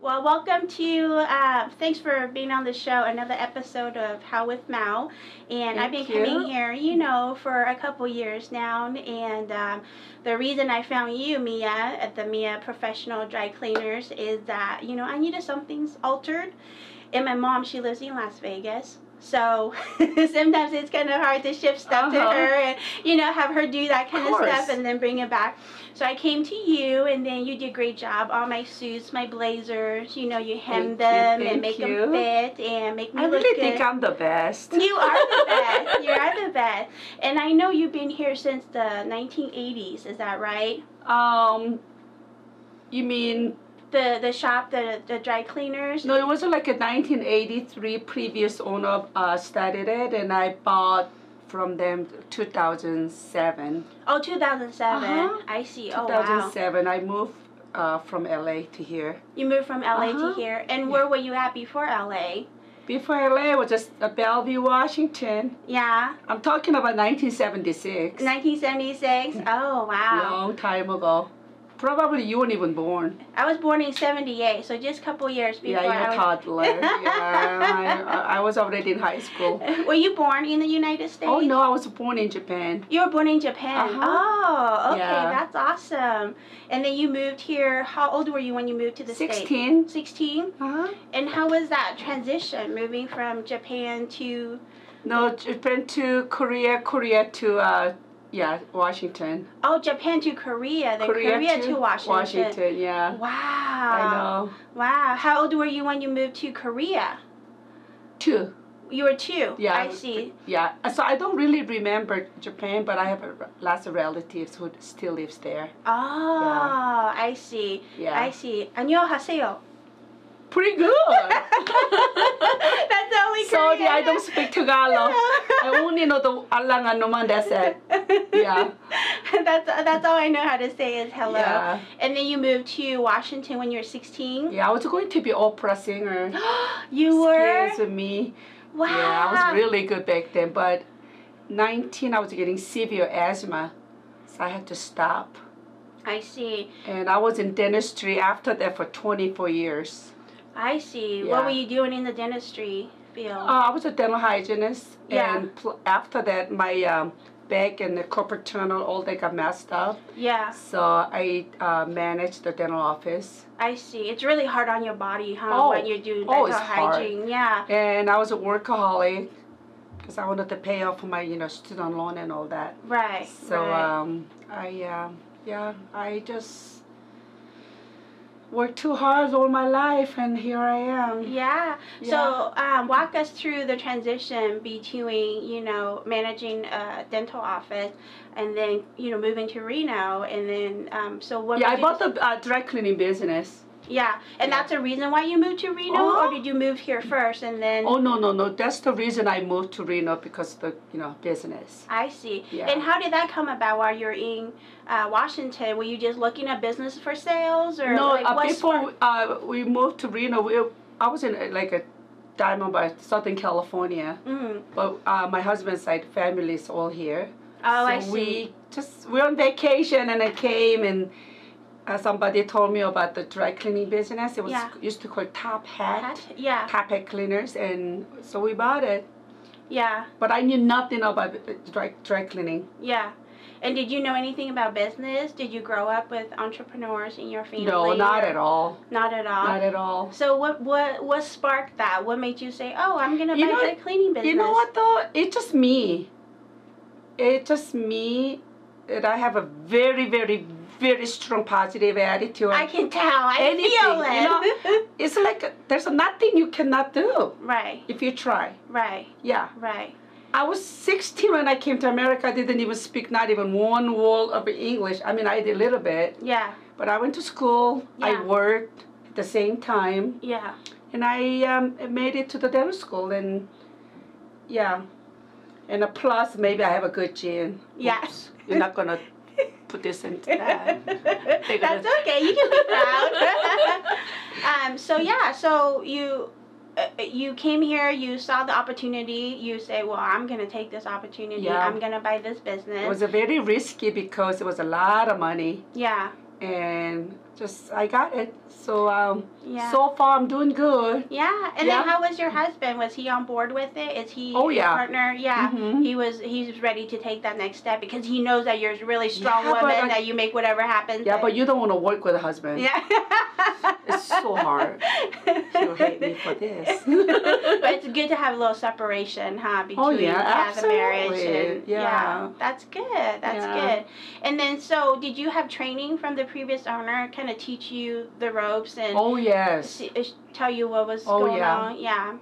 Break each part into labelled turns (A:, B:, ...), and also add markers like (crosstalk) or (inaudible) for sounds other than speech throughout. A: welcome to, uh, thanks for being on the show, another episode of How with Mao. And I've been
B: Thank you.
A: coming here, you know, for a couple years now. And um, the reason I found you, Mia, at the Mia Professional Dry Cleaners, is that, you know, I needed something's altered. And my mom, she lives in Las Vegas. So (laughs) sometimes it's kind of hard to ship stuff to
B: Uh-huh.
A: her and, you know, have her do that kind of
B: course.
A: stuff and then bring it back. So I came to you, and then you did a great job. All my suits, my blazers, you know, you hem
B: Thank you,
A: them and
B: thank
A: make
B: you.
A: them fit and make me
B: I
A: look
B: really
A: good.
B: think I'm the best.
A: you are the best. You are the best. And I know you've been here since the 1980s. Is that right?
B: (laughs) Um, you mean
A: The the shop, the the dry cleaners.
B: no? It was like a 1983 previous owner uh, started it, and I bought from them 2007.
A: Oh, 2007.
B: Uh-huh.
A: I see. Oh wow.
B: 2007, I moved uh, from LA to here.
A: You moved from LA
B: Uh-huh.
A: to here, and where were you at before LA?
B: Before LA, it was just uh, Bellevue, Washington.
A: Yeah,
B: I'm talking about 1976.
A: 1976. Oh wow.
B: Long time ago. Probably you weren't even born.
A: I was born in 78, so just a couple years before
B: Yeah, you're a
A: I was. (laughs)
B: toddler. yeah, I, I was already in high school.
A: (laughs) Were you born in the United States?
B: Oh no, I was born in Japan.
A: You were born in Japan.
B: Uh-huh.
A: Oh, okay,
B: Yeah.
A: that's awesome. And then you moved here. How old were you when you moved to the States?
B: 16.
A: 16.
B: Uh-huh.
A: And how was that transition moving from Japan to
B: No, Japan to Korea, Korea to uh, yeah, Washington.
A: Oh, Japan to Korea, then Korea, to, Washington.
B: Washington, yeah.
A: Wow.
B: I know.
A: Wow. How old were you when you moved to Korea?
B: Two.
A: You were 2.
B: Yeah.
A: I see.
B: Yeah. So I don't really remember Japan, but I have a, lots of relatives who still lives there.
A: Oh, I see.
B: Yeah.
A: I see. 안녕하세요. (laughs)
B: Pretty good.
A: That's all we
B: Sorry,
A: Korean.
B: I don't
A: (laughs)
B: speak Tagalog. I only know the alang anuman. That's it. Yeah.
A: (laughs) that's that's all I know how to say is hello.
B: Yeah.
A: And then you moved to Washington when you were 16.
B: Yeah, I was going to be opera singer.
A: (gasps) You were Ah.
B: Excuse me.
A: wow.
B: Yeah, I was really good back then, but 19, I was getting severe asthma, so I had to stop.
A: I see.
B: And I was in dentistry after that for 24 years.
A: I see. What
B: Yeah.
A: were you doing in the dentistry field?
B: Uh, I was a dental hygienist,
A: Yeah.
B: and pl- after that, my um, back and the corporate tunnel, all that got messed up.
A: yeah,
B: So I uh, managed the dental office.
A: I see. It's really hard on your body, huh?
B: Oh,
A: when you're doing dental
B: oh, it's hard.
A: hygiene. Yeah.
B: And I was a workaholic because I wanted to pay off my, you know, student loan and all that.
A: Right.
B: So
A: right.
B: um, I um, yeah, I just worked too hard all my life, and here I am.
A: yeah.
B: yeah.
A: So, um, walk us through the transition between, you know, managing a dental office and then, you know, moving to Reno. And then, um, so what?
B: Yeah,
A: made
B: I
A: you
B: bought the uh, dry cleaning business.
A: Yeah, and
B: Yeah.
A: that's the reason why you moved to Reno,
B: Oh.
A: or did you move here first and then?
B: Oh no no no, that's the reason I moved to Reno because the you know business.
A: I see.
B: Yeah.
A: And how did that come about while you were in uh, Washington? Were you just looking at business for sales, or
B: No,
A: like,
B: uh,
A: what
B: before uh, we moved to Reno, we, I was in uh, like a diamond by Southern California,
A: Mm.
B: but uh, my husband's side family is all here.
A: Oh, I
B: so
A: see.
B: we just we're on vacation and I came and uh, somebody told me about the dry cleaning business. It was
A: Yeah.
B: used to call Top Hat,
A: That- Yeah,
B: Top Hat Cleaners, and so we bought it.
A: yeah,
B: But I knew nothing about uh, dry dry cleaning.
A: yeah. And did you know anything about business? Did you grow up with entrepreneurs in your family?
B: No, not
A: or-
B: at all.
A: Not at all.
B: Not at all.
A: so what what what sparked that? What made you say, "Oh, I'm gonna
B: You
A: buy
B: know-
A: a cleaning business"?
B: You know what though? It's just me. It's just me, and I have a very very very strong positive attitude.
A: I can tell. I
B: Anything,
A: feel
B: you
A: it. (laughs)
B: know? it's like there's nothing you cannot do
A: right,
B: if you try.
A: right,
B: Yeah.
A: right.
B: I was 16 when I came to America. I didn't even speak not even one word of English. I mean, I did a little bit,
A: Yeah,
B: but I went to school.
A: Yeah.
B: I worked at the same time,
A: yeah.
B: and I um, made it to the dental school. And yeah, and a plus maybe I have a good gene.
A: Yeah.
B: Oops, you're not
A: (laughs)
B: gonna put this into that.
A: Um, That's okay. You can be proud. (laughs) um, so yeah, so you uh, you came here, you saw the opportunity. You say, "Well, I'm gonna take this opportunity.
B: Yeah.
A: I'm gonna buy this
B: (laughs) It
A: business."
B: was a very risky because it was a lot of money,
A: yeah,
B: and just I got it. So um,
A: Yeah.
B: so far I'm doing good.
A: yeah. And
B: Yeah.
A: then how was your husband? Was he on board with it? Is he
B: Oh,
A: your
B: yeah.
A: partner? Yeah.
B: Mhm.
A: He was he's ready to take that next step because he knows that you're a really strong
B: Yeah, but
A: woman
B: I-
A: that you make whatever happens.
B: Yeah, but you don't want to work with a husband.
A: Yeah.
B: (laughs) It's so hard. He'll hate me for this.
A: (laughs) but it's good to have a little separation, huh? Between
B: Oh, yeah,
A: the marriage
B: absolutely.
A: and
B: Yeah.
A: That's good. That's
B: Yeah.
A: good. And then so did you have training from the previous owner kind of teach you the ropes and
B: Oh yes.
A: see- uh, tell you what was
B: Oh,
A: going
B: yeah.
A: on? Yeah.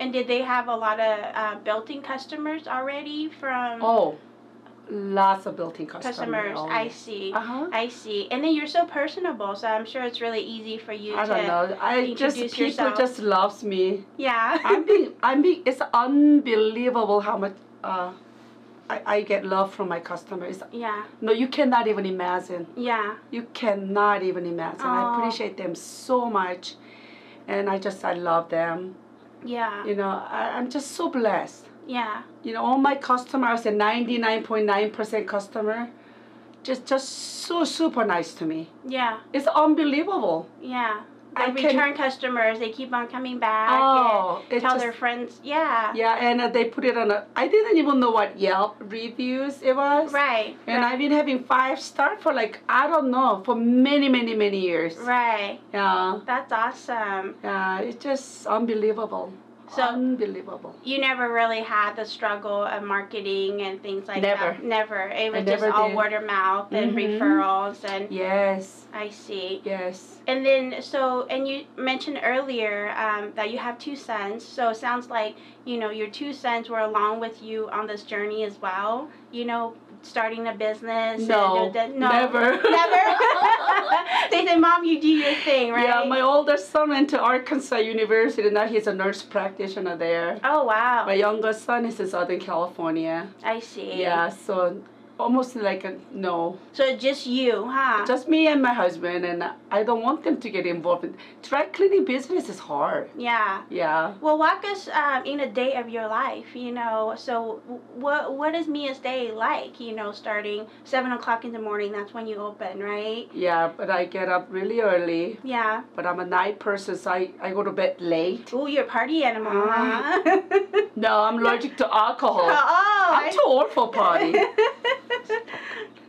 A: And did they have a lot of uh, built-in customers already from
B: Oh, lots of built-in customers.
A: um, customers?
B: Oh,
A: I
B: yeah.
A: see.
B: Uh-huh.
A: I see. And then you're so personable, so I'm sure it's really easy for you
B: I
A: to
B: don't know. I just
A: introduce
B: people
A: yourself.
B: just loves me.
A: Yeah.
B: I'm being I'm being it's unbelievable how much uh I, I get love from my customers.
A: (laughs) yeah.
B: No, you cannot even imagine.
A: Yeah.
B: You cannot even imagine.
A: Aw.
B: I appreciate them so much. And I just I love them.
A: Yeah.
B: You know, I, I'm just so blessed.
A: Yeah.
B: You know, all my customers and ninety nine point nine percent customer just just so super nice to me.
A: Yeah.
B: It's unbelievable.
A: Yeah. The
B: I can-
A: return customers, they keep on coming back
B: Oh,
A: and
B: it
A: tell
B: just-
A: their friends. Yeah.
B: Yeah, and uh, they put it on a. I didn't even know what Yelp reviews it was.
A: Right.
B: And I've been having five star for like I don't know for many many many years.
A: Right.
B: Yeah,
A: That's awesome.
B: yeah, it's just unbelievable.
A: So-
B: unbelievable.
A: You never really had the struggle of marketing and things like that.
B: Never.
A: Never. It was just
B: never
A: all
B: did.
A: word of mouth and
B: Mhm.
A: referrals and
B: Yes,
A: I see.
B: yes.
A: And then so and you mentioned earlier um, that you have two sons. So it sounds like, you know, your two sons were along with you on this journey as well, you know, starting a business
B: No,
A: and the- no
B: never,
A: Never.
B: (laughs)
A: (laughs) they said, "Mom, you do your thing, right?"
B: Yeah, my older son went to Arkansas University. Now he's a nurse practitioner there.
A: oh wow,
B: My younger son is in Southern California.
A: I see.
B: Yeah, so almost like a no.
A: So it's just you, huh?
B: Just me and my husband, and I don't want them to get involved. in Dry cleaning business is hard.
A: yeah.
B: Yeah.
A: Well, walk us um, in a day of your life. You know, so w- what what is Mia's day like? You know, starting seven o'clock in the morning. That's when you open, right?
B: Yeah, but I get up really early.
A: Yeah.
B: But I'm a night person, so I, I go to bed late.
A: Ooh, you're a party animal,
B: Ah.
A: huh? (laughs)
B: No, I'm allergic to alcohol. (laughs)
A: oh,
B: I'm too old for party. (laughs)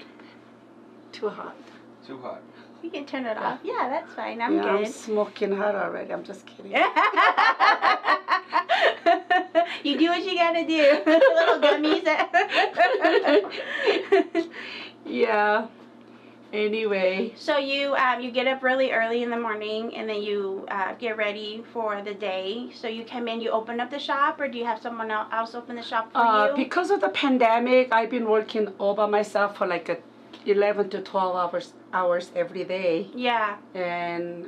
A: (laughs)
B: too hot.
C: Too hot.
A: we can turn it off. Yeah, that's fine. I'm
B: yeah, I'm
A: good.
B: smoking hot already. I'm just kidding.
A: (laughs) you do what you gotta do. (laughs) Little gummies.
B: Yeah. Anyway.
A: (laughs) so you um, you get up really early in the morning and then you uh, get ready for the day. So you come in, you open up the shop, or do you have someone el- else open the shop for
B: Uh,
A: you?
B: because of the pandemic, I've been working all by myself for like a 11 to 12 hours hours every day.
A: yeah,
B: and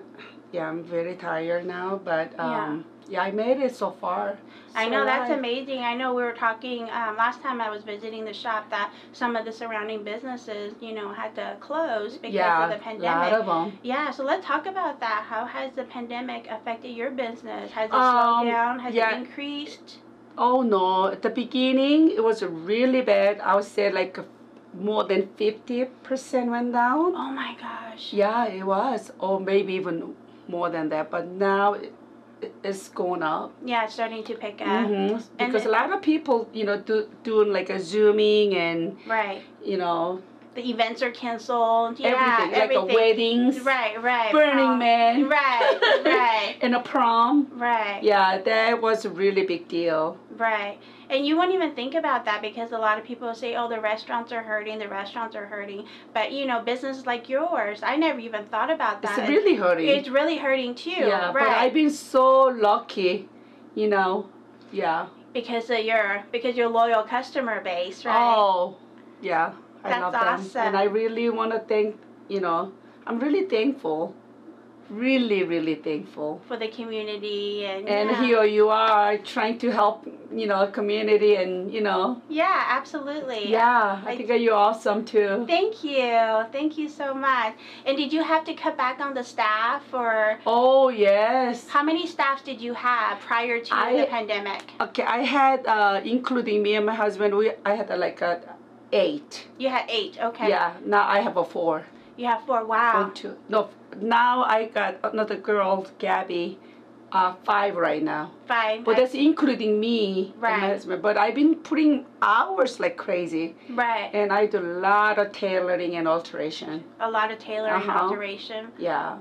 B: yeah, I'm very tired now, but um, yeah. I made it so far.
A: I know that's
B: amazing.
A: amazing. I know we were talking um, last time I was visiting the shop that some of the surrounding businesses, you know, had to close because
B: yeah,
A: of the pandemic.
B: lot of um, 'em.
A: Yeah, so let's talk about that. How has the pandemic affected your business? Has it
B: Um,
A: slowed down? Has
B: yeah.
A: it increased?
B: Oh no, at the beginning it was really bad. I would say like more than fifty percent went down.
A: Oh my gosh.
B: Yeah, it was, or maybe even more than that. But now it, it- it's going up
A: Yeah, it's starting to pick up.
B: hmm
A: And
B: because a lot of people, you know, do, doing like a zooming and
A: Right.
B: you know
A: The events are canceled. Yeah,
B: everything, like a
A: everything.
B: weddings,
A: Right, right.
B: Burning
A: prom.
B: Man,
A: Right,
B: (laughs)
A: right,
B: and a prom.
A: right,
B: Yeah, that was a really big deal.
A: right. And you won't even think about that because a lot of people say, oh, the restaurants are hurting, the restaurants are hurting. But, you know, businesses like yours, I never even thought about
B: It's
A: that.
B: really hurting.
A: It's really hurting too. right.
B: yeah, but I've been so lucky, you know. Yeah.
A: because of your because your loyal customer base, right?
B: Oh, yeah. I
A: That's
B: love them,
A: awesome.
B: and I really want to thank. You know, I'm really thankful. Really, really thankful.
A: For the community and
B: And
A: yeah.
B: here you are trying to help, you know, community, and you know,
A: Yeah, absolutely.
B: yeah. I
A: I-
B: think that you're awesome too.
A: Thank you. Thank you so much. And did you have to cut back on the staff or
B: Oh yes.
A: how many staffs did you have prior to
B: I-
A: the pandemic?
B: Okay, I had uh, including me and my husband. We I had uh, like a eight.
A: You had eight, okay.
B: Yeah, now I have a four.
A: You have four. Wow.
B: One, two. No, now I got another girl, Gabby, uh, five right now.
A: Five.
B: But that's including me and my
A: Right.
B: husband. But I've been putting hours like crazy,
A: right.
B: and I do a lot of tailoring and alteration.
A: A lot of tailoring and
B: Uh-huh.
A: alteration.
B: Yeah.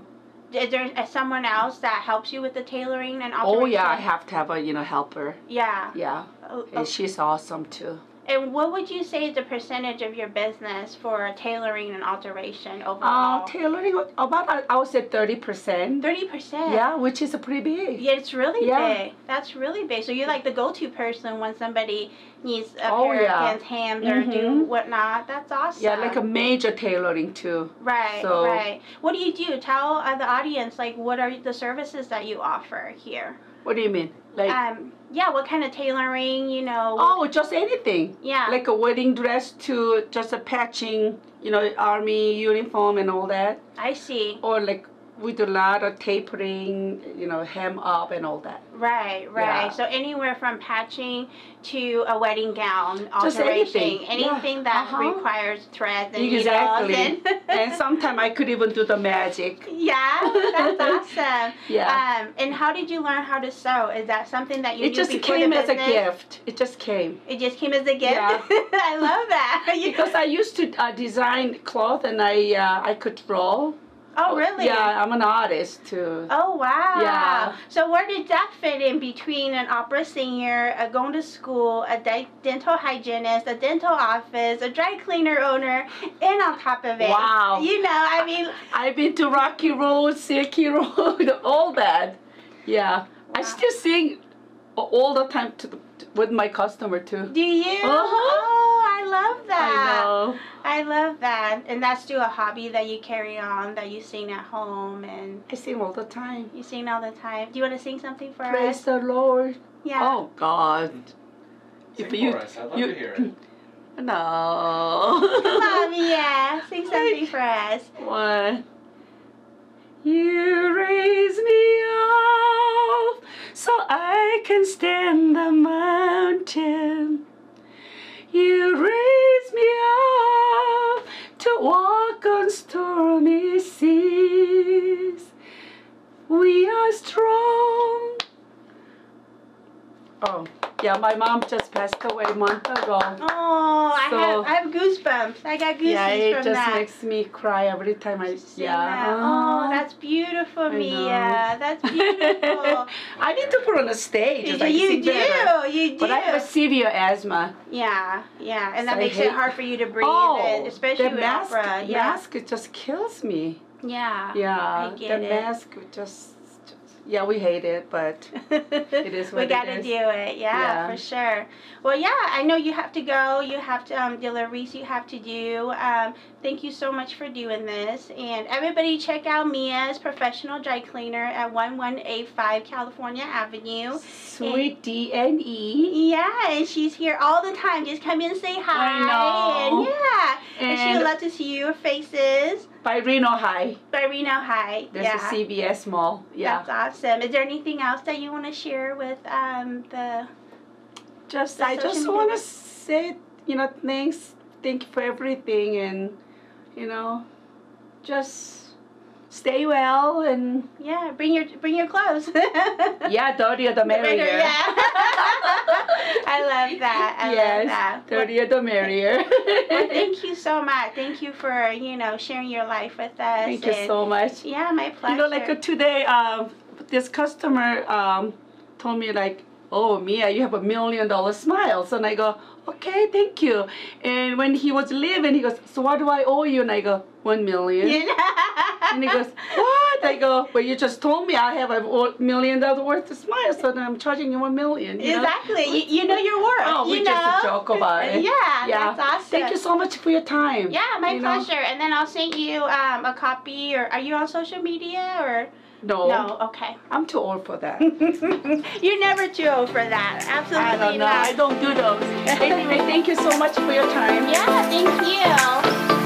A: Is there uh, someone else that helps you with the tailoring and alteration?
B: Oh yeah, I have to have a you know helper.
A: Yeah.
B: Yeah,
A: Oh,
B: and she's awesome too.
A: And what would you say is the percentage of your business for tailoring and alteration
B: Uh,
A: overall?
B: tailoring about I- I would say thirty percent.
A: Thirty percent.
B: Yeah, which is pretty big.
A: Yeah, it's really
B: Yeah.
A: big. That's really big. So you're like the go-to person when somebody needs a
B: Oh,
A: pair
B: yeah.
A: of pants hemmed or do
B: Mhm.
A: whatnot. That's awesome.
B: Yeah, like a major tailoring too.
A: right,
B: so-
A: right. What do you do? Tell uh, the audience like what are the services that you offer here?
B: What do you mean? Like
A: Um, yeah, what kind of tailoring? You know.
B: oh, just anything.
A: yeah.
B: Like a wedding dress to just a patching, you know, army uniform and all that.
A: I see.
B: Or like we do a lot of tapering, you know, hem up and all that.
A: Right, right.
B: Yeah.
A: So anywhere from patching to a wedding gown alteration,
B: Just anything. Yeah.
A: that
B: Uh-huh.
A: requires threads and
B: Exactly.
A: needles (laughs) and-
B: and sometimes I could even do the magic.
A: Yeah,
B: (laughs)
A: that's awesome.
B: Yeah.
A: Um, and how did you learn how to sew? Is that something that you
B: it
A: knew
B: just
A: before
B: came
A: the
B: as a
A: business?
B: gift. It just came.
A: It just came as a gift. (laughs)
B: Yeah.
A: I love that. (laughs) You-
B: Because I used to uh, design cloth and I uh, I could draw.
A: oh really?
B: Yeah, I'm an artist too.
A: Oh wow.
B: Yeah.
A: So where did that fit in between an opera singer, a going to school, a de- dental hygienist, a dental office, a dry cleaner owner, and on top of it,
B: Wow.
A: you know, I mean,
B: I've been to Rocky Road, Silky (laughs) Road, all that. Yeah, I
A: Wow.
B: still sing a- all the time to, to- with my customer too.
A: do you?
B: Uh-huh.
A: Oh, I love that.
B: I know.
A: I love that. And that's still a hobby that you carry on, that you sing at home and
B: I sing all the time.
A: you sing all the time. Do you want to sing something for
B: Praise
A: us?
B: the Lord.
A: Yeah.
B: Oh God.
C: Sing
B: you-
C: for us. I'd love
B: you-
C: to hear it.
A: Come
B: (clears throat) No.
A: on, Mia.
B: (laughs)
A: Sing something for us.
B: One. You raise me up so I can stand the mountain. You raise me up to walk on stormy seas. We are strong. Oh, yeah, my mom just passed away a month ago.
A: Oh, I,
B: So-
A: have, I have goosebumps. I got goosebumps
B: Yeah, it
A: from
B: just
A: that.
B: makes me cry every time I
A: Sing
B: yeah.
A: that.
B: Uh-huh.
A: Oh, that's beautiful,
B: I
A: Mia.
B: know.
A: That's beautiful.
B: (laughs) I need to put on a stage.
A: you
B: so
A: do,
B: I can
A: you
B: sing better.
A: do. You do.
B: But I have a severe asthma.
A: Yeah, yeah. And that
B: I
A: makes it
B: hate- Oh,
A: hard for you to breathe, and especially
B: the
A: with
B: mask,
A: opera. Yeah.
B: mask it just kills me.
A: Yeah.
B: Yeah,
A: I get
B: the
A: it. (laughs)
B: mask it just, just yeah we hate it, but
A: it
B: is
A: we
B: what it
A: gotta
B: is.
A: do it yeah,
B: Yeah.
A: for sure well yeah i know you have to go you have to um deliveries you have to do um thank you so much for doing this and everybody check out mia's professional dry cleaner at 1185 california avenue
B: sweet D and E.
A: yeah and she's here all the time just come in and say hi
B: know.
A: and yeah and, she would
B: And
A: love to see your faces
B: by Reno High,
A: by reno high
B: there's
A: yeah
B: a CBS mall. Yeah,
A: That's awesome. Is there anything else that you want to share with um, the
B: just
A: the
B: I just
A: social
B: want to
A: media.
B: say you know thanks, thank you for everything, and you know, just stay well and.
A: Yeah, bring your bring your clothes. (laughs)
B: Yeah, dirtier the merrier.
A: Yeah. (laughs) I love that. I love
B: yes,
A: that. Well,
B: dirtier the merrier. (laughs)
A: well, thank you so much. Thank you for you know sharing your life with us.
B: Thank you
A: and-
B: so much.
A: Yeah, my pleasure.
B: You know, like uh, today, um, this customer um, told me like, "Oh, Mia, you have a million dollar smiles," and I go, "Okay, thank you." And when he was leaving, he goes, "So what do I owe you?" And I go, one million.
A: You (laughs) know?
B: And he goes, "What?" I go, "Well, you just told me I have a o- million dollars worth of smiles, so then I'm charging you one million. You know?
A: Exactly. You, you know your worth.
B: Oh, we
A: you
B: just
A: know? Uh,
B: joke about it.
A: Yeah,
B: Yeah.
A: that's awesome.
B: Thank you so much for your time.
A: Yeah, my
B: you know?
A: pleasure. And then I'll send you um, a copy. Or are you on social media or
B: No,
A: no? Okay. (laughs)
B: I'm too old for that.
A: You're never too old for that. Absolutely
B: I
A: uh,
B: don't know.
A: not. (laughs)
B: I don't do those. Anyway, thank you so much for your time.
A: Yeah, thank you.